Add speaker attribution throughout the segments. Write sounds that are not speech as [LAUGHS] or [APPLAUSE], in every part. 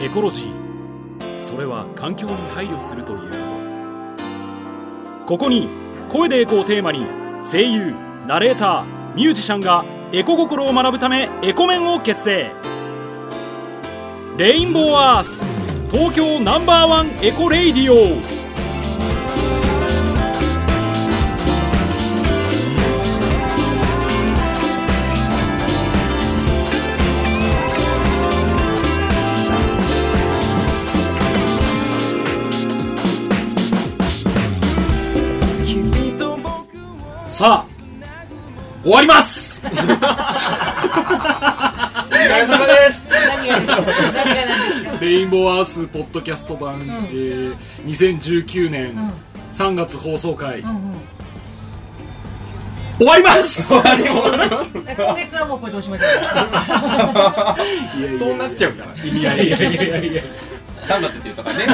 Speaker 1: エコロジーそれは環境に配慮するということここに「声でエコ」をテーマに声優ナレーターミュージシャンがエコ心を学ぶためエコメンを結成レインボーアース東京ナンバーワンエコレイディオ
Speaker 2: 君と僕を
Speaker 1: さあ終わります
Speaker 3: お疲れ様です何が何が何が
Speaker 1: [LAUGHS] レインボーアースポッドキャスト版、えー2019年
Speaker 3: ん
Speaker 1: 3月放送回、
Speaker 3: うんうん
Speaker 1: 終わります
Speaker 3: 今月はもうこれでおしまいです
Speaker 1: そうなっちゃうからいやいやいやいやいや
Speaker 4: 3月って言ったからね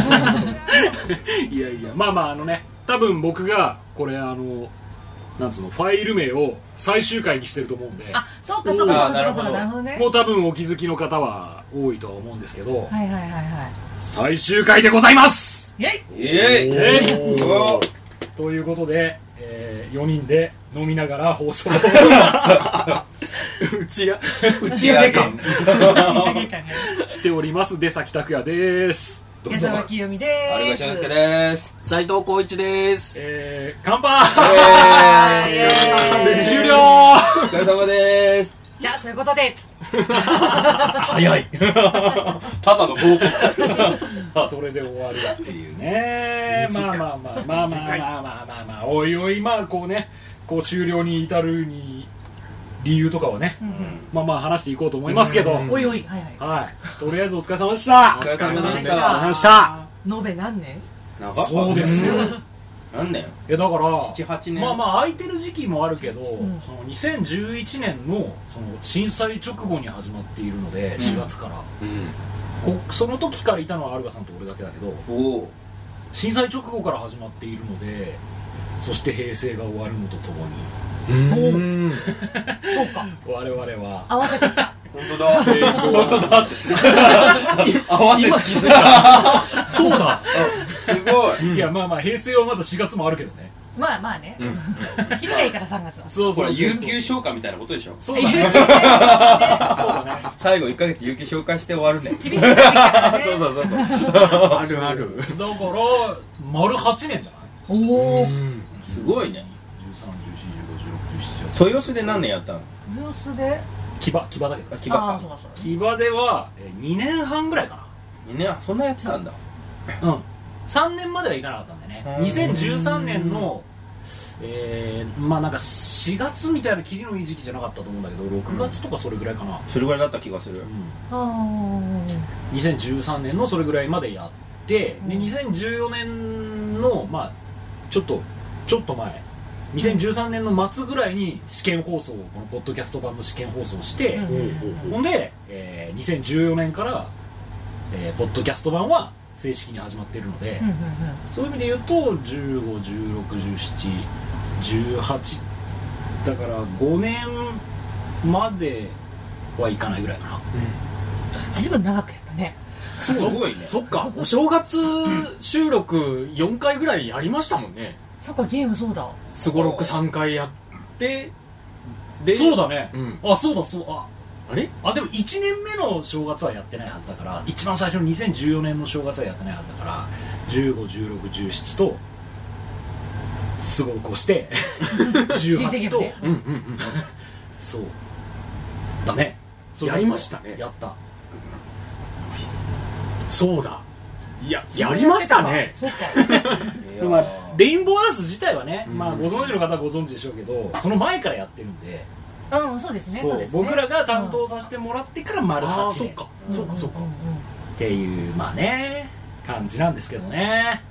Speaker 1: いやいやまあまああのね多分僕がこれあのなんつうのファイル名を最終回にしてると思うんで
Speaker 3: あそうかそうかそうかそうかそう
Speaker 4: あ
Speaker 3: かな
Speaker 4: ーな
Speaker 3: る
Speaker 4: る
Speaker 3: ほどね
Speaker 1: もう多分お気づきの方は多いとは思うんですけど、
Speaker 3: はいはいはいは
Speaker 1: 最終回でございます
Speaker 3: いイェイ
Speaker 4: イエイ
Speaker 1: えい
Speaker 4: おー
Speaker 1: ということで、え4人で飲みながら放送
Speaker 5: うちやうちやでか
Speaker 1: しております出崎拓也ですどう
Speaker 3: 矢
Speaker 1: ぞ
Speaker 3: 沢清美でー
Speaker 4: 有賀
Speaker 3: す
Speaker 4: 俊介です
Speaker 5: 斎藤浩一です
Speaker 1: えー、乾杯
Speaker 3: はーいイェーイ
Speaker 1: 終了
Speaker 4: お疲れ様です
Speaker 3: じゃあそういうことで
Speaker 1: 早い
Speaker 4: ただの報告
Speaker 1: それで終わりだ
Speaker 4: っていうね
Speaker 1: ねえまあまあまあまあまあまあまあまあまあおいおいまあこうねこう終了に至るに理由とかはね、まあまあ話していこうと思いますけど、
Speaker 3: おいおいはいはい
Speaker 1: はいとりあえずお疲れ様でした
Speaker 4: お疲れ様でし
Speaker 1: お疲れ様
Speaker 4: た
Speaker 1: でした
Speaker 3: 延べ何年
Speaker 4: 長
Speaker 1: そうですよ
Speaker 4: 何年
Speaker 1: いやだから
Speaker 4: 78年
Speaker 1: まあまあ空いてる時期もあるけど、
Speaker 3: ん
Speaker 1: その2011年のその震災直後に始まっているので、4月から
Speaker 4: うん
Speaker 1: こその時からいたのはアルガさんと俺だけだけど
Speaker 4: おお
Speaker 1: 震災直後から始まっているのでそして平成が終わるのとともに
Speaker 5: うん
Speaker 3: そうか
Speaker 1: 我々は
Speaker 3: 合わせてきた
Speaker 4: 本当だ本当だ合わせ
Speaker 5: 今気づいたそうだ
Speaker 4: すご
Speaker 1: [LAUGHS]
Speaker 4: い
Speaker 1: いやまあまあ平成はまだ4月もあるけどね
Speaker 3: まあまあね切りがいいから3月は
Speaker 1: そう
Speaker 4: こ
Speaker 1: そう
Speaker 4: れ
Speaker 1: そう
Speaker 4: 有給消化みたいなことでしょ
Speaker 1: そうだ [LAUGHS] ねそうだね
Speaker 4: 最後1ヶ月有給消化して終わるね
Speaker 3: 厳しくないからね
Speaker 4: そうそうそうそう
Speaker 5: あるある
Speaker 1: だから丸8年じゃない
Speaker 3: おお
Speaker 4: すごいね
Speaker 1: 131415161718
Speaker 4: 豊洲で何年やったの
Speaker 3: ニュースで
Speaker 1: 騎馬騎馬だけど
Speaker 4: あ木場
Speaker 3: ああー
Speaker 4: か
Speaker 3: そうかそうか
Speaker 1: 騎馬では2年半ぐらいか
Speaker 4: 2年あそんなやってたんだ
Speaker 1: なうん3年まではいかなかったんだよね
Speaker 4: うん
Speaker 1: 2013年のえー、まあなんか4月みたいな霧のいい時期じゃなかったと思うんだけど6月とかそれぐらいかな、
Speaker 4: それぐらいだった気がする
Speaker 1: うん、
Speaker 3: あー
Speaker 1: 2013年のそれぐらいまでやって、で2014年のまあちょっとちょっと前2013年の末ぐらいに試験放送をこのポッドキャスト版の試験放送をして、
Speaker 3: うん
Speaker 1: ほんで、えー2014年から、えーポッドキャスト版は正式に始まっているので、
Speaker 3: うんうん
Speaker 1: そういう意味で言うと15161718だから5年まではいかないぐらいかな
Speaker 3: うん随分長くやったね
Speaker 5: そう
Speaker 4: すごいね
Speaker 5: そっかお正月収録4回ぐらいやりましたもんね
Speaker 3: そっかゲームそうだ
Speaker 5: すごろく3回やってで
Speaker 1: そうだね、
Speaker 5: うん
Speaker 1: あそうだそうあ
Speaker 5: あれ
Speaker 1: あでも1年目の正月はやってないはずだから一番最初の2014年の正月はやってないはずだから151617とすごく
Speaker 5: [LAUGHS]
Speaker 1: して
Speaker 3: 実績
Speaker 1: 18
Speaker 3: やっ
Speaker 1: と
Speaker 3: て
Speaker 5: うんうんうん
Speaker 1: そうだねそう
Speaker 5: やりましたね
Speaker 1: やった
Speaker 5: そうだいややりましたね
Speaker 3: そっか
Speaker 4: い
Speaker 1: で
Speaker 4: や
Speaker 1: も
Speaker 4: ー
Speaker 1: まあレインボーアース自体はね、
Speaker 5: うん
Speaker 1: まあ、ご存知の方はご存知でしょうけどその前からやってるんで
Speaker 3: うん、そうですね。
Speaker 1: そう
Speaker 3: そうですね
Speaker 1: 僕らが担当させてもらってから丸
Speaker 5: ああ
Speaker 1: 八
Speaker 5: そ
Speaker 1: 年
Speaker 5: っかそっかそっか
Speaker 3: んんんん
Speaker 1: っていうまあね感じなんですけどね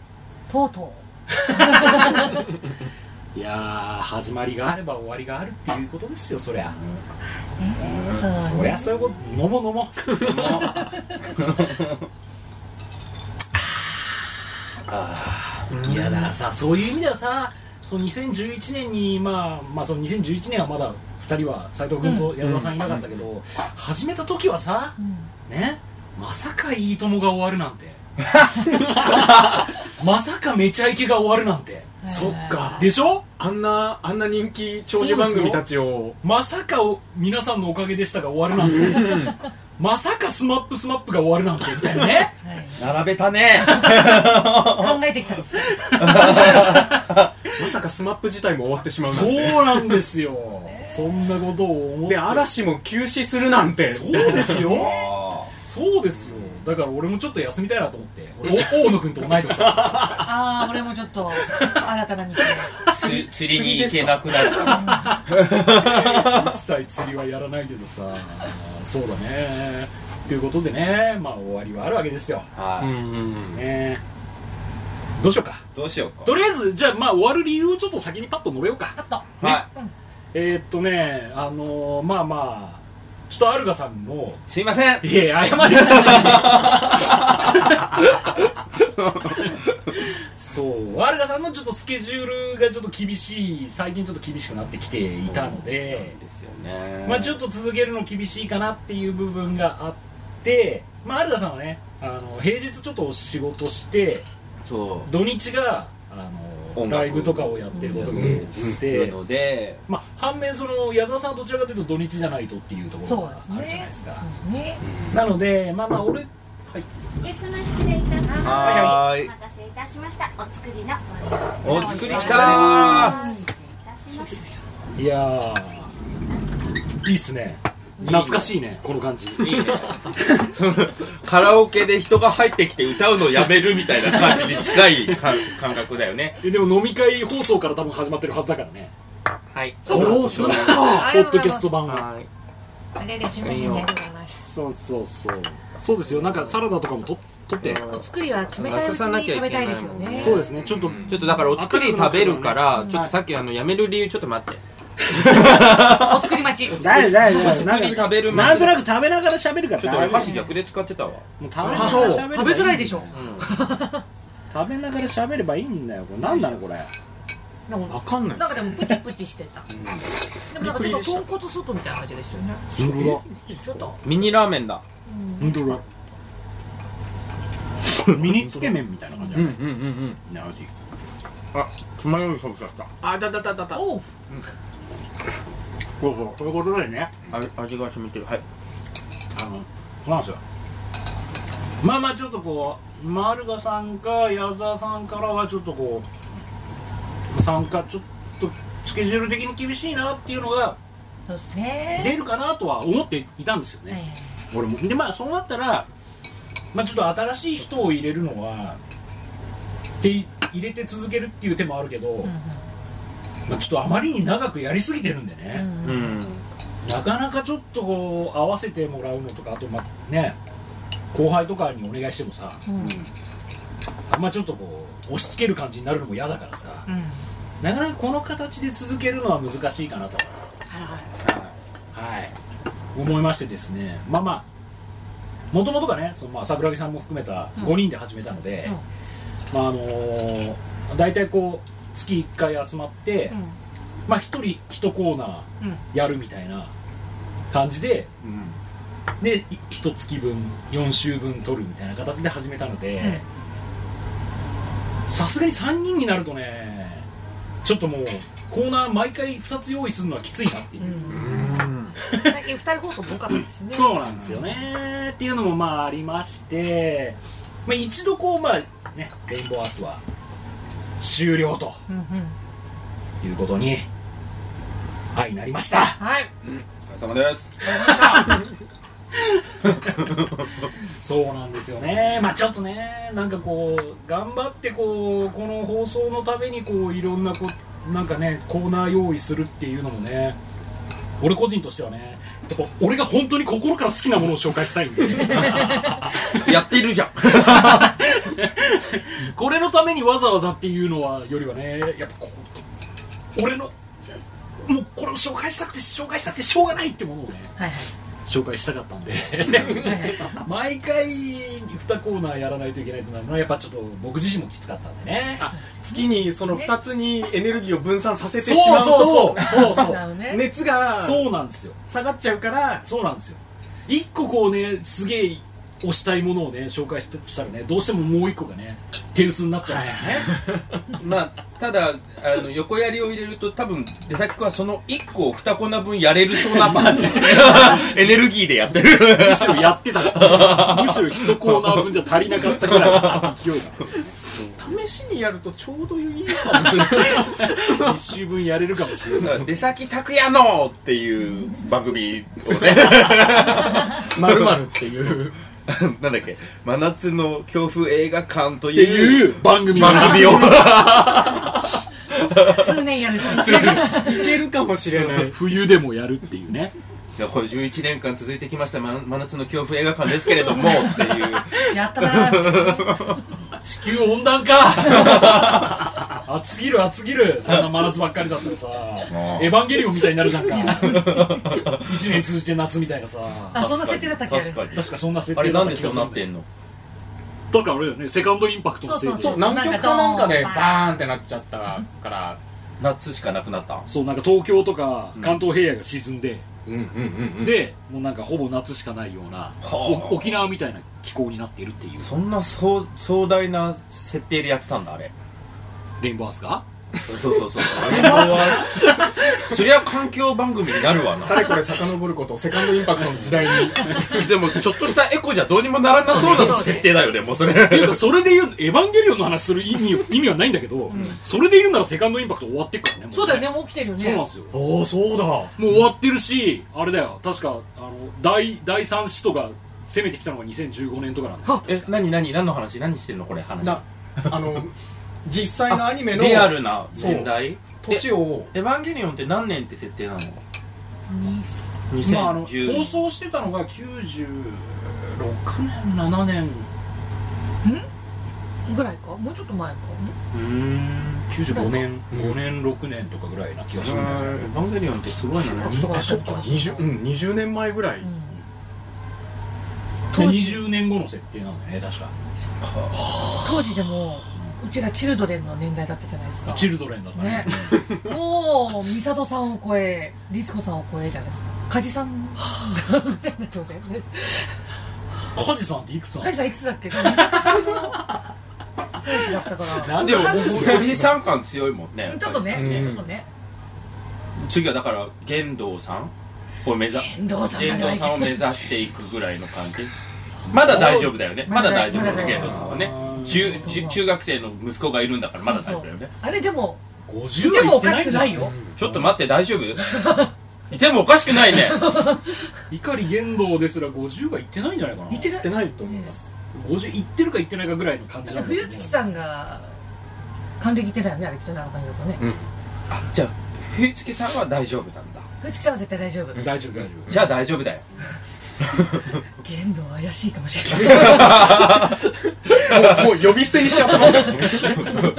Speaker 3: とうと
Speaker 1: いやー始まりがあれば終わりがあるっていうことですよそりゃ、
Speaker 3: う。ねえそう
Speaker 1: そりゃそういうこと飲もう飲もう飲もういやだからさそういう意味ではさその2011年にまあまあその2011年はまだ2人は斎藤君と矢沢さんいなかったけど、始めた時はさ
Speaker 3: うん
Speaker 1: ねまさかいいともが終わるなん [LAUGHS] てまさかめちゃイケが終わるなんて
Speaker 5: そっか
Speaker 1: でしょ
Speaker 5: あんなあんな人気長寿番組たちを
Speaker 1: まさかお皆さんのおかげでしたが終わるなんてまさかスマップスマップが終わるなんてみたいなね
Speaker 3: はい
Speaker 4: 並べたね
Speaker 3: 考えてきたんですよ
Speaker 5: まさかスマップ自体も終わってしまうなん
Speaker 1: そ
Speaker 5: て
Speaker 1: うなんですよそんなことを思って
Speaker 5: で嵐も休止するなんて
Speaker 1: そうですよ
Speaker 4: あ
Speaker 1: そうですよだから俺もちょっと休みたいなと思ってお大野君と同い年だ [LAUGHS] からさ
Speaker 3: ああ俺もちょっと新たな道
Speaker 4: ー釣釣りに行けなくなる
Speaker 1: 一切釣りはやらないけどさそうだねということでねまあ終わりはあるわけですよ
Speaker 5: うん
Speaker 4: はい
Speaker 5: うんうん
Speaker 1: ねどうしようか
Speaker 4: どうしようか
Speaker 1: とりあえずじゃあまあ終わる理由をちょっと先にパッと述べようか
Speaker 3: カット
Speaker 4: は
Speaker 1: えー、っとねあのーまあまあちょっとアルガさんの
Speaker 4: いすいません
Speaker 1: いやいや謝りなさいそうアルガさんのちょっとスケジュールがちょっと厳しい最近ちょっと厳しくなってきていたので、
Speaker 4: ですよね
Speaker 1: まあ、ちょっと続けるの厳しいかなっていう部分があって、まあ、アルガさんはねあの平日ちょっと仕事して
Speaker 4: そ
Speaker 1: 土日があの
Speaker 4: 音楽
Speaker 1: ライブとかをやってること
Speaker 4: う
Speaker 1: が
Speaker 4: う
Speaker 1: 多
Speaker 4: ん
Speaker 1: く
Speaker 4: な
Speaker 1: て、
Speaker 4: ので
Speaker 1: まあ、反面その矢沢さんはどちらかというと土日じゃないとっていうところ
Speaker 3: そう
Speaker 1: があ
Speaker 3: で
Speaker 1: る
Speaker 3: す
Speaker 1: じゃない
Speaker 3: ね
Speaker 1: ですか
Speaker 3: そうですね
Speaker 1: なのでまあまあ俺
Speaker 6: お客様失礼いたします。
Speaker 4: はーい
Speaker 6: お待たせいたしました。お作りのおやつ
Speaker 4: お作り
Speaker 3: 来
Speaker 4: き
Speaker 3: たー
Speaker 4: たー
Speaker 6: お願いします。
Speaker 1: いやーいいっすね懐かしいねこの感じ
Speaker 4: いいねそのカラオケで人が入ってきて歌うのやめるみたいな感じに近いか感覚だよね
Speaker 1: えでも飲み会放送から多分始まってるはずだからね
Speaker 4: はい
Speaker 5: おおそうか
Speaker 3: あ
Speaker 1: ポ
Speaker 3: りが
Speaker 1: ッ
Speaker 3: と
Speaker 1: ド
Speaker 3: う
Speaker 1: キ
Speaker 3: ご
Speaker 1: ャ
Speaker 3: ざいま
Speaker 1: ス
Speaker 3: す
Speaker 1: ト版は
Speaker 4: はい
Speaker 3: あれで準備にありがとうございます
Speaker 1: そうそうそうそうですよなんかサラダとかもと取って
Speaker 4: うん
Speaker 3: お作りは冷たいうちに食べたいですよね
Speaker 1: そうですねちょっと
Speaker 4: ちょっとだからお作り食べるから、ちょっとさっきあのやめる理由ちょっと待って。
Speaker 3: お作り待ち
Speaker 7: だいだい
Speaker 4: お
Speaker 7: だい。な
Speaker 4: 作り
Speaker 7: んか
Speaker 4: 食べる
Speaker 7: なんと
Speaker 4: な
Speaker 7: なく食べながら喋るから。
Speaker 4: ちょっと俺箸逆で使ってたわ。
Speaker 7: もう食べながら喋れば
Speaker 3: 食べづらいでしょ
Speaker 7: 食べながら喋ればいいんだよ。これ何なのこれ。
Speaker 3: でも
Speaker 5: わかんない
Speaker 3: なんかでもプチプチしてたでもなんかちょっと豚骨外みたいな感じでしたよね
Speaker 1: 本当だ
Speaker 3: ちょっと
Speaker 4: ミニラーメンだ。
Speaker 1: 本当だこ [LAUGHS] れミニつけ麺みたいな感じだ
Speaker 4: うんう
Speaker 1: ね
Speaker 4: んうん
Speaker 7: なるほど
Speaker 4: うん。あ、つまようじ食べちゃった。
Speaker 5: あだだだだだ
Speaker 3: おう
Speaker 1: そうそうそういうことでね
Speaker 4: あ味が染みてる。はい。
Speaker 1: あのそうなんですよまあまあちょっとこうマルガさんか矢沢さんからはちょっとこう参加ちょっとスケジュール的に厳しいなっていうのが
Speaker 3: そうですね
Speaker 1: 出るかなとは思っていたんですよね、
Speaker 3: え
Speaker 1: 俺もでまあそうなったら、まあ、ちょっと新しい人を入れるのはで入れて続けるっていう手もあるけど、
Speaker 3: え
Speaker 1: まあ、ちょっとあまりに長くやりすぎてるんでね、
Speaker 3: うんうん
Speaker 4: う
Speaker 3: うん
Speaker 4: ん。
Speaker 1: なかなかちょっとこう合わせてもらうのとかあとまあね後輩とかにお願いしてもさ
Speaker 3: うん
Speaker 1: あんまちょっとこう押し付ける感じになるのも嫌だからさ
Speaker 3: うん
Speaker 1: なかなかこの形で続けるのは難しいかなとはい思いましてですねまあまあもともとがねそのまあ桜木さんも含めた
Speaker 3: うん
Speaker 1: 5人で始めたので、まああのー大体こう月1回集まって、まあ1人1コーナー
Speaker 3: うんうん
Speaker 1: やるみたいな感じででい一月分4週分取るみたいな形で始めたのでさすがに3人になるとねちょっともうコーナー毎回2つ用意するのはきついなっていう、
Speaker 4: うん。
Speaker 3: 最近二人放送多かったですね
Speaker 1: そうなんですよねっていうのもまあありまして、まあ、一度こうまあねレインボーアースは終了と
Speaker 3: うんうん
Speaker 1: いうことに相なりました
Speaker 3: はい
Speaker 4: お疲れ様です。
Speaker 1: そうなんですよねまあちょっとねなんかこう頑張ってこうこの放送のためにこういろんなこなんかねコーナー用意するっていうのもね俺個人としてはねやっぱ俺が本当に心から好きなものを紹介したいんで
Speaker 4: [LAUGHS] やってるじゃん。
Speaker 1: これのためにわざわざっていうのはよりはねやっぱこう俺のもうこれを紹介したくて紹介したくてしょうがないってものをね
Speaker 3: はい
Speaker 1: 紹介したかったん
Speaker 3: [LAUGHS]
Speaker 1: で
Speaker 3: はいはい
Speaker 1: 毎回2コーナーやらないといけないとなるのはやっぱちょっと僕自身もきつかったんでね
Speaker 5: あ月にその2つにエネルギーを分散させてし
Speaker 1: そう
Speaker 5: まう
Speaker 1: そう
Speaker 5: と
Speaker 1: そうそう
Speaker 3: [LAUGHS] なるほどね
Speaker 5: 熱が
Speaker 1: そうなんですよ
Speaker 5: 下がっちゃうから
Speaker 1: そうなんですよ一個こうねすげえ推したいものをね紹介してしたらねどうしてももう一個がね手薄になっちゃうからね、
Speaker 4: [LAUGHS] まあただあの横やりを入れると多分出先君はその1個を2粉分やれるそうな [LAUGHS] エネルギーでやって [LAUGHS] る
Speaker 1: むしろやってたからむしろ一コーナー分じゃ足りなかったぐらいの勢い
Speaker 5: 試しにやるとちょうどいいかもしれない
Speaker 1: が一周分やれるかもしれない
Speaker 4: [LAUGHS] 出先拓也のっていう番組をね [LAUGHS]
Speaker 5: まるまるっていう
Speaker 4: なんだっけ真夏の強風映画館と
Speaker 1: って
Speaker 4: い
Speaker 1: いうう番組
Speaker 4: 番組を [LAUGHS]
Speaker 3: 数年やるから
Speaker 5: いけるかもしれない
Speaker 1: 冬でもやるっていうね
Speaker 4: いやこれ11年間続いてきましたま真夏の恐怖映画館ですけれどもっていう
Speaker 3: やったなー
Speaker 1: 地球温暖化 [LAUGHS] 暑すぎる暑すぎるそんな真夏ばっかりだったらさ「エヴァンゲリオン」みたいになるじゃんか1年通じて夏みたいなさ
Speaker 3: [LAUGHS] あそんな設定だったっけあれ
Speaker 4: 確かに
Speaker 1: 確かそんな設
Speaker 4: あ
Speaker 1: 定
Speaker 4: れ
Speaker 1: だっ
Speaker 4: なん
Speaker 1: た
Speaker 4: で
Speaker 1: 気
Speaker 4: そ
Speaker 1: がす
Speaker 4: うな
Speaker 1: るん
Speaker 4: っ
Speaker 1: だ
Speaker 4: て
Speaker 1: よ
Speaker 4: んの
Speaker 1: だからあれだよねセカンドインパクトのせいで
Speaker 3: そうそう
Speaker 5: 南極かなんかでバーンってなっちゃったから
Speaker 4: 夏しかなくなった
Speaker 1: そうなんか東京とか関東平野が沈んで、
Speaker 5: うんうんうんうん
Speaker 1: でもうなんかほぼ夏しかないような、
Speaker 4: あ
Speaker 1: お沖縄みたいな気候になっているっていう
Speaker 4: そんな壮壮大な設定でやってたんだあれ
Speaker 1: レインボーアースが
Speaker 4: そうそう
Speaker 3: [LAUGHS]
Speaker 4: そうあれはそりゃ環境番組になるわ
Speaker 3: [LAUGHS]
Speaker 4: な
Speaker 5: かれこれ遡ることセカンドインパクトの時代に
Speaker 4: でもちょっとしたエコじゃどうにもならなそうな設定だよねもう
Speaker 3: [LAUGHS]
Speaker 4: それ
Speaker 1: っていうかそれで言う [LAUGHS] エヴァンゲリオンの話する意味意味はないんだけど、それで言うならセカンドインパクト終わってっからねもね
Speaker 3: そうだよねもう起きてるよね
Speaker 1: そうなんですよ
Speaker 5: [LAUGHS] おおそうだ
Speaker 1: もう終わってるしあれだよ確かあの第第3子とか攻めてきたのが2015年とかなんだよ
Speaker 4: え何何何の話何してんのこれ話
Speaker 5: だあの実際のアニメの
Speaker 4: リアルな年代
Speaker 5: 年を
Speaker 4: エヴァンゲリオンって何年って設定なの
Speaker 1: まああの
Speaker 4: 2010
Speaker 1: 放送してたのが96年7年
Speaker 3: ぐらいかもうちょっと前か
Speaker 1: うん95年5年6年とかぐらいな気がするんだよね
Speaker 4: エヴァンゲリオンってすごいのね
Speaker 5: えそっか 20,、うん、20年前ぐらい、
Speaker 3: うん
Speaker 1: で20年後の設定なんだよね確か
Speaker 3: 当時でもうちらチルドレンの年代だったじゃないですか
Speaker 1: チルドレンだったね
Speaker 3: ねもう美里さんを超え律子さんを超えじゃないですか梶さんなってません
Speaker 1: カジさんっていくつなの
Speaker 3: 梶さんいくつだっけ美里さんの彼氏だったから
Speaker 1: なん
Speaker 4: で
Speaker 1: で
Speaker 4: も
Speaker 1: も
Speaker 4: おおじさん感強いもんねやぱり
Speaker 3: ちょっとね、
Speaker 5: うん
Speaker 3: ちょっとね
Speaker 4: 次はだから玄道さん
Speaker 3: [LAUGHS]
Speaker 4: を目指
Speaker 3: 玄道さんが
Speaker 4: 玄
Speaker 3: ね
Speaker 4: 道さんを目指していくぐらいの感じまだ大丈夫だよねま
Speaker 3: ま
Speaker 4: だ
Speaker 3: だ
Speaker 4: 大丈夫だ
Speaker 3: まだ
Speaker 4: よ玄道さんはね
Speaker 1: うん
Speaker 4: 中中中学生の息子がいるんだからまだ大丈夫だよね
Speaker 3: あれでもい
Speaker 1: 50
Speaker 3: ても
Speaker 1: は
Speaker 3: おかしくないよ
Speaker 4: ちょっと待って大丈夫
Speaker 3: [LAUGHS]
Speaker 4: いてもおかしくないね
Speaker 1: 碇玄道ですら50がいってないんじゃないかな
Speaker 3: 似て
Speaker 5: や
Speaker 3: る
Speaker 5: ってないと思います、
Speaker 1: 50いってるかいってないかぐらいの感じ
Speaker 3: だ
Speaker 1: な
Speaker 3: って
Speaker 1: んだよ
Speaker 3: 冬月さんが還暦いってないよねあれきっとねあの感じだとね
Speaker 4: じゃあ冬月さんは大丈夫なんだ
Speaker 3: 冬月さんは絶対大丈夫
Speaker 1: 大丈夫大丈
Speaker 4: じゃあ大丈夫だよ
Speaker 3: 玄道は怪しいかもしれない
Speaker 5: もう呼び捨てにしちゃった
Speaker 4: あの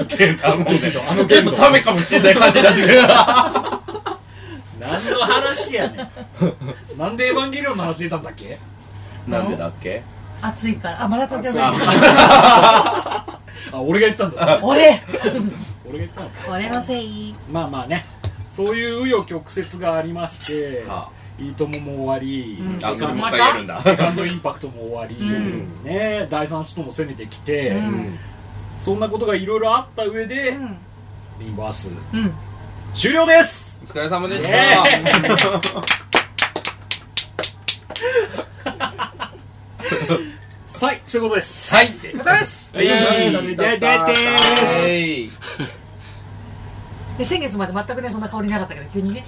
Speaker 5: 玄道あの
Speaker 4: ちょっ
Speaker 5: 剣
Speaker 4: と
Speaker 5: 道
Speaker 4: ためかもしれない感じになってくる
Speaker 1: 夫何の話やねんなんでエヴァンゲリオンの話出たんだっけ
Speaker 4: [LAUGHS] なんでだっけ
Speaker 3: 暑いからあマラソンでもいい
Speaker 1: あ俺が言ったんだ
Speaker 3: 俺 [LAUGHS]
Speaker 1: 俺が言ったんだ
Speaker 3: 俺のせい
Speaker 1: まあまあねそういう紆余曲折がありまして
Speaker 4: はあ
Speaker 1: 「いいとも」も終わり、
Speaker 3: うん
Speaker 4: あ
Speaker 1: セ
Speaker 4: そ
Speaker 1: カンド
Speaker 4: れもう一回やるんだ
Speaker 1: セカンドインパクトも終わり、
Speaker 3: うん
Speaker 1: ね、第三子とも攻めてきて、
Speaker 3: うん
Speaker 1: そんなことがいろいろあった上で、
Speaker 3: うん
Speaker 1: リンバース
Speaker 3: うん
Speaker 1: 終了です
Speaker 4: お疲れ様でし
Speaker 1: イエ
Speaker 4: た
Speaker 1: はいそういうことです
Speaker 4: はい
Speaker 3: お疲れ様です
Speaker 1: はいででで
Speaker 4: はい
Speaker 3: で先月まで全くねそんな香りなかったけど急にね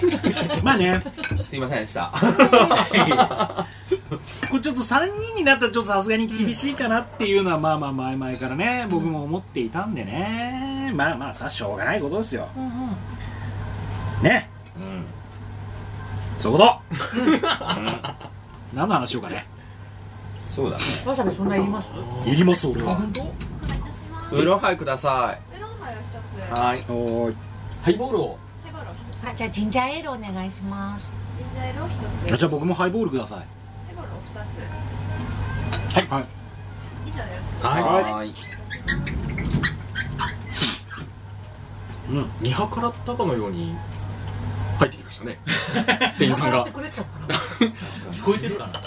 Speaker 1: すまあね
Speaker 4: すいませんでした
Speaker 1: これちょっと3人になったらちょっとさすがに厳しいかなっていうのはまあまあ前々からね僕も思っていたんでねまあまあさしょうがないことですよ
Speaker 3: うんうん
Speaker 1: ね
Speaker 4: うん
Speaker 1: そう [LAUGHS] いうこと何の話しようかね
Speaker 4: そうだね
Speaker 3: わさびそんないります
Speaker 1: いります俺
Speaker 3: あ本当
Speaker 6: お願いいたします
Speaker 4: ウーロンハイくださ
Speaker 6: メロンハイを一つ
Speaker 4: いはい
Speaker 1: おーい
Speaker 5: ハイボールを
Speaker 6: ハイボールを一つ
Speaker 3: あじゃあジンジャーエールお願いします
Speaker 6: ジンジャーエールを一つ
Speaker 1: あじゃあ僕もハイボールください
Speaker 6: ハイボールを二つ
Speaker 1: はい、はい、
Speaker 6: 以上でよろしく
Speaker 5: はい
Speaker 4: い
Speaker 1: うん
Speaker 5: 見計らったかのように
Speaker 4: [LAUGHS]
Speaker 5: 入ってきましたね店員さん
Speaker 3: やっ
Speaker 5: が
Speaker 3: てくれてたのかな
Speaker 1: 聞こえてるかな
Speaker 4: ちょっ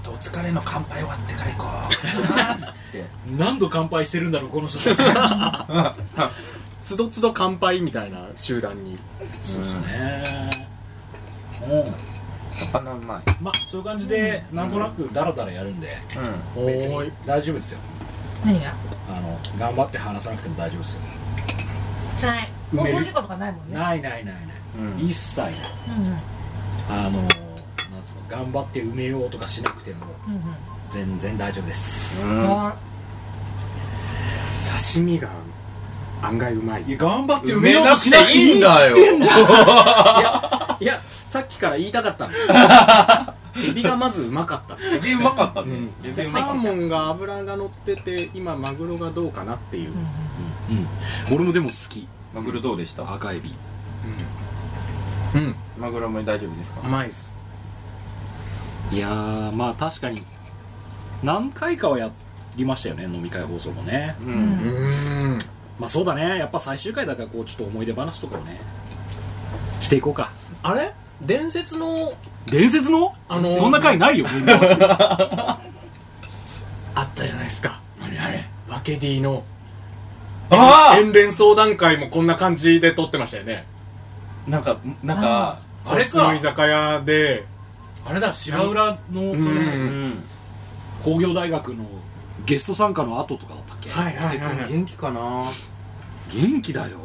Speaker 4: っとお疲れの乾杯終わってから行こ
Speaker 8: 何度乾杯してるんだろうこの人たち
Speaker 5: つどつど乾杯みたいな集団に
Speaker 1: そうですねう
Speaker 4: う魚うまい
Speaker 1: んまあそういう感じでなんとなくダラダラやるんで
Speaker 4: う
Speaker 5: おーい
Speaker 1: 大丈夫ですよ
Speaker 3: [LAUGHS] 何が
Speaker 1: あの頑張って話さなくても大丈夫ですよ
Speaker 3: はい放送事故とかないもんね
Speaker 1: ないないないない、
Speaker 4: ん
Speaker 1: 一切ない
Speaker 3: うんうん
Speaker 1: あのなんつうの頑張って埋めようとかしなくても
Speaker 3: うん
Speaker 1: 全然大丈夫です
Speaker 3: うんあ
Speaker 5: 刺身が案外うまいい
Speaker 1: いや頑張って
Speaker 4: 埋めなくていいんだよ
Speaker 5: やいやさっきから言いたかったの
Speaker 4: [LAUGHS]
Speaker 5: エビがまずうまかった
Speaker 4: エビうまかった
Speaker 5: う
Speaker 4: ね
Speaker 5: ん
Speaker 4: エビ
Speaker 5: で
Speaker 4: う
Speaker 5: サ
Speaker 4: まか
Speaker 5: ー
Speaker 4: っ
Speaker 5: モ
Speaker 4: た
Speaker 5: ンが脂が乗ってて今マグロがどうかなってい
Speaker 3: う
Speaker 5: う、
Speaker 3: ん
Speaker 8: 俺もでも好き
Speaker 4: マグロどうでした
Speaker 8: 赤エビ
Speaker 5: うん、
Speaker 4: マグロも大丈夫ですか
Speaker 5: うまいです
Speaker 1: いやーまあ確かに何回かはやりましたよね飲み会放送もね
Speaker 4: う
Speaker 3: うん
Speaker 5: うーん
Speaker 1: まあそうだねやっぱ最終回だからこうちょっと思い出話とかをねしていこうか
Speaker 5: あれ伝説の
Speaker 1: 伝説の、
Speaker 5: あのー
Speaker 1: そんな回ない [LAUGHS] よ
Speaker 5: あったじゃないですか
Speaker 1: あれあれ
Speaker 5: ワケディの
Speaker 1: [LAUGHS]
Speaker 4: あ
Speaker 5: 遠恋相談会もこんな感じで撮ってましたよね
Speaker 4: あなんかなんか
Speaker 8: あれ
Speaker 5: 個室の
Speaker 8: か
Speaker 5: 居酒屋で
Speaker 8: あれだ芝浦のその、
Speaker 5: うん
Speaker 4: うん
Speaker 1: 工業大学のゲスト参加の後とかだったっけ
Speaker 5: はいはいはい、はい、
Speaker 4: 元気かな
Speaker 1: 元気だよ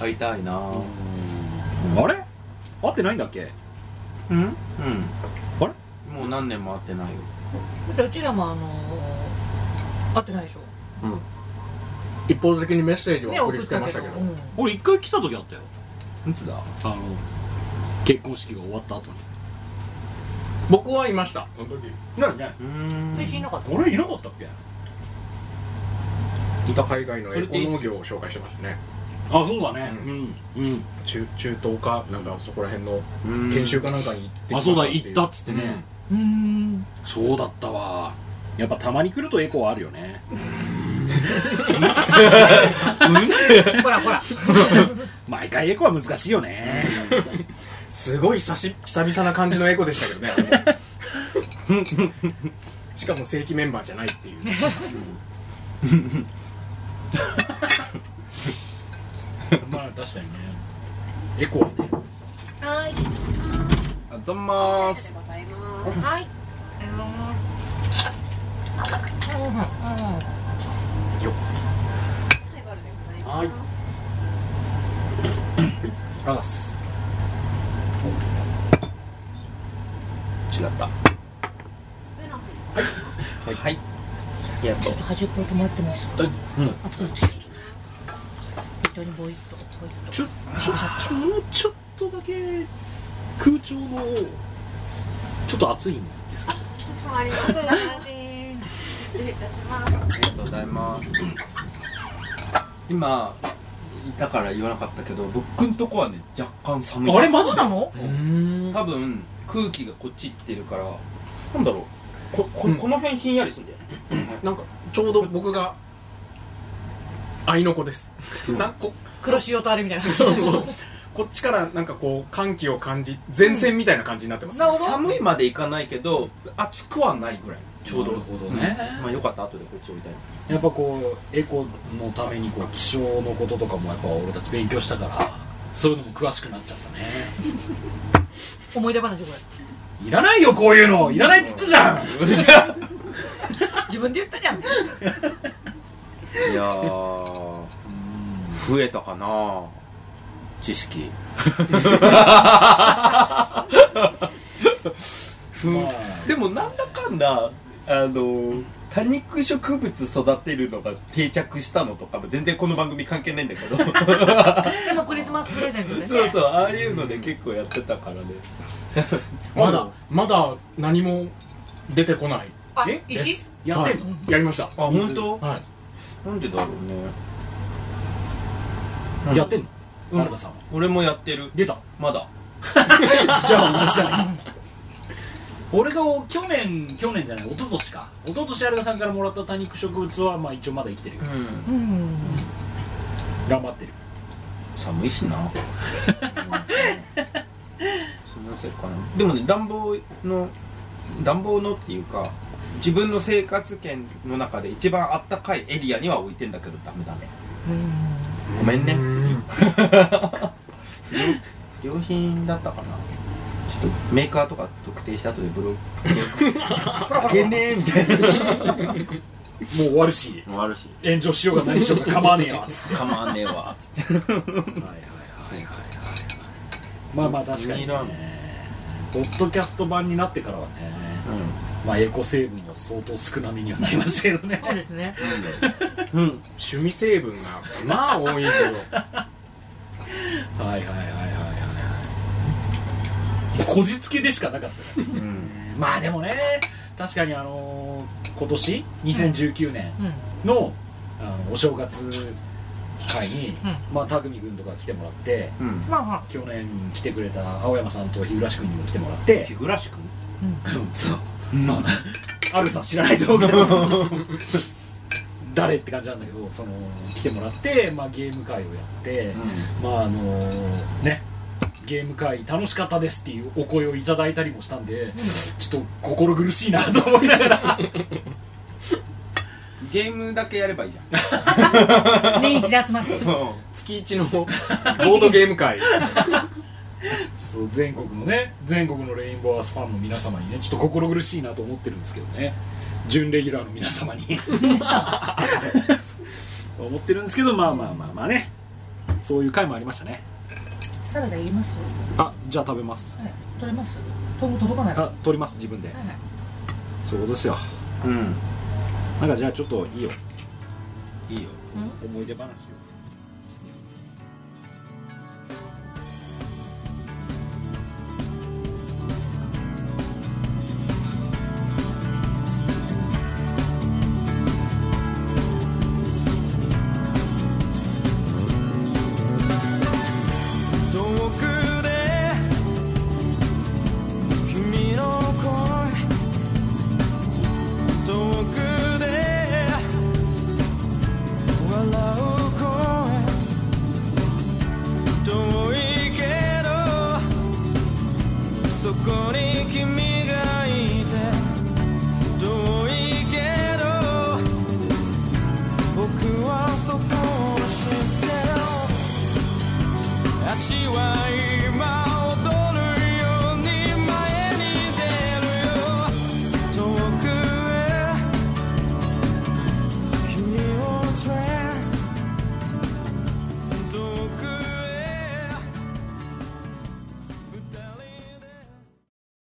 Speaker 4: 会いたいな
Speaker 1: あれ会ってないんだっけ
Speaker 4: うんうん
Speaker 1: あれ
Speaker 4: もう何年も会ってないよ
Speaker 3: だってうちらもあのー、会ってないでしょ
Speaker 5: 一方的にメッセージを
Speaker 3: ね
Speaker 5: 送り
Speaker 3: 送
Speaker 5: つ
Speaker 3: っ
Speaker 5: け
Speaker 3: た
Speaker 5: ま
Speaker 3: け
Speaker 5: した
Speaker 3: ど
Speaker 5: けど
Speaker 3: うん
Speaker 1: 俺一回来た時あったよ
Speaker 4: いつだ
Speaker 1: あの結婚式が終わった後に
Speaker 5: 僕はいましたその時
Speaker 1: 何ね
Speaker 4: うん
Speaker 3: 私いなかった
Speaker 1: 俺いなかったっけ
Speaker 5: いた海外の
Speaker 4: そ
Speaker 5: エ
Speaker 4: れ
Speaker 5: コ
Speaker 4: でいい
Speaker 5: 農業を紹介してましたね
Speaker 1: あそうだね
Speaker 5: う
Speaker 1: うん、うん
Speaker 5: 中中東かなんかそこら辺の
Speaker 4: うん
Speaker 5: 研修かなんかに行ってきま
Speaker 1: あ
Speaker 5: した
Speaker 1: そう
Speaker 5: て
Speaker 1: だ
Speaker 5: い
Speaker 1: 行ったっつってね、
Speaker 3: うーん
Speaker 1: そうだったわやっぱたまに来るとエコーあるよね
Speaker 3: ほらほら
Speaker 1: 毎回エコーは難しいよね
Speaker 5: すごい久し久々な感じのエコでしたけどねあれもしかも正規メンバーじゃないっていう
Speaker 1: まあ確かにねエコーはね
Speaker 6: はい
Speaker 4: あざまー
Speaker 6: ですございます
Speaker 3: はいうんうんうん
Speaker 6: ハイボールでござい
Speaker 1: あ
Speaker 6: ます
Speaker 1: す
Speaker 4: 違った
Speaker 6: ウーロン
Speaker 4: はいはいやっと
Speaker 3: 端っこ止まってもいいですか。
Speaker 4: うん
Speaker 3: あ、作る。適当にボイッと、ボイッと。
Speaker 1: ちょちょちょもうちょっとだけ空調のちょっと暑いんですけど
Speaker 6: 私もあります失礼いたします
Speaker 4: ありがとうございます今いたから言わなかったけど僕んとこはね若干寒い
Speaker 1: あれマジ
Speaker 3: そうなの？
Speaker 4: 多分空気がこっち行ってるからなんだろうここ
Speaker 5: うん
Speaker 4: この辺ひんやりするんだよ、
Speaker 5: なんかちょうど僕が愛の子です、なんかこ
Speaker 3: 黒潮とあれみたいな。
Speaker 5: そうそう [LAUGHS] こっちからなんかこう寒気を感じ前線みたいな感じになってます、
Speaker 3: なるほど。
Speaker 4: 寒いまでいかないけど暑くはないぐらいちょうど
Speaker 1: なるほどね
Speaker 4: うんまあよかった後でこっち置いたい
Speaker 1: やっぱこうエコのためにこう気象のこととかもやっぱ俺たち勉強したからそういうのも詳しくなっちゃったね
Speaker 3: [LAUGHS] 思い出話これ。
Speaker 1: いらないよこういうのいらないっつったじゃん
Speaker 4: [LAUGHS]
Speaker 3: 自分で言ったじゃん。
Speaker 4: いやー増えたかな知 [LAUGHS] 識
Speaker 1: まあ
Speaker 4: でもなんだかんだあの多肉植物育てるのが定着したのとかも全然この番組関係ないんだけ [LAUGHS] ど
Speaker 3: でもクリスマスプレゼントでね。
Speaker 4: そうそうああいうので結構やってたからね
Speaker 5: まだまだ何も出てこない
Speaker 3: あ
Speaker 4: え、
Speaker 3: 石？
Speaker 1: やってんの、
Speaker 5: はいやりましたあ
Speaker 4: 本当
Speaker 5: はい
Speaker 4: なんでだろうね
Speaker 1: やってんの
Speaker 4: うん
Speaker 1: 丸田さんは
Speaker 4: 俺もやってる
Speaker 1: 出た
Speaker 4: まだ
Speaker 1: じゃあ同じじゃない俺が去年去年じゃない一昨年か一昨年アルガさんからもらった多肉植物はまあ一応まだ生きてるよ
Speaker 4: ん
Speaker 3: うん。
Speaker 4: [LAUGHS]
Speaker 1: 頑張ってる
Speaker 4: 寒いしなそのせいかなでもね暖房の暖房のっていうか自分の生活圏の中で一番あったかいエリアには置いてんだけどダメダメごめんね
Speaker 5: うん
Speaker 4: 不良不良品だったかなちょっとメーカーとか特定した後でブログあげねえみたいな
Speaker 9: もう終わるし
Speaker 4: [LAUGHS] もうあるし
Speaker 9: 炎上しようが何しようが構わねえわつって
Speaker 4: 構わねえわつって
Speaker 1: まあまあ確かに
Speaker 4: ミラーメ
Speaker 1: ねポッドキャスト版になってからはね、まあエコ成分は相当少なめにはなりましたけどね
Speaker 3: そうですね
Speaker 4: うん、うん、
Speaker 5: 趣味成分がまあ多いけ
Speaker 1: はいはいはいはいはいはいこじつけでしかなかったからまあでもね確かにあのー今年2019年
Speaker 3: うん
Speaker 1: の,、あのお正月会に、
Speaker 3: う
Speaker 1: まあ匠君とか来てもらって
Speaker 4: うん
Speaker 3: まあまあ
Speaker 1: 去年来てくれた青山さんと日暮君にも来てもらって
Speaker 4: 日暮らしく
Speaker 1: うんそう、まあ、あるさ知らないと思うけど誰って感じなんだけどその来てもらって、まあ、ゲーム会をやって、まああのねゲーム会楽しかったですっていうお声をいただいたりもしたんで、ちょっと心苦しいなと思いながら
Speaker 4: ゲームだけやればいいじ
Speaker 10: [LAUGHS]
Speaker 4: ゃん
Speaker 3: 年一で集まって
Speaker 5: ど [LAUGHS] 月一 [LAUGHS] のボードゲーム会
Speaker 1: そう全国のね全国のレインボーアースファンの皆様にねちょっと心苦しいなと思ってるんですけどね準レギュラーの皆様に思ってるんですけどまあまあまあまあねそういう回もありましたね
Speaker 3: サラダいります
Speaker 1: あじゃあ食べます
Speaker 3: はい取れますと届かないは
Speaker 1: あ取ります自分で
Speaker 3: いはい
Speaker 1: そうですよ
Speaker 4: うん
Speaker 1: なんかじゃあちょっといいよ
Speaker 4: いいよ
Speaker 3: うん
Speaker 1: 思い出話を
Speaker 10: 遠くで君の声遠くで笑う声遠いけどそこに君がいて遠いけど僕はそこを知ってる足はい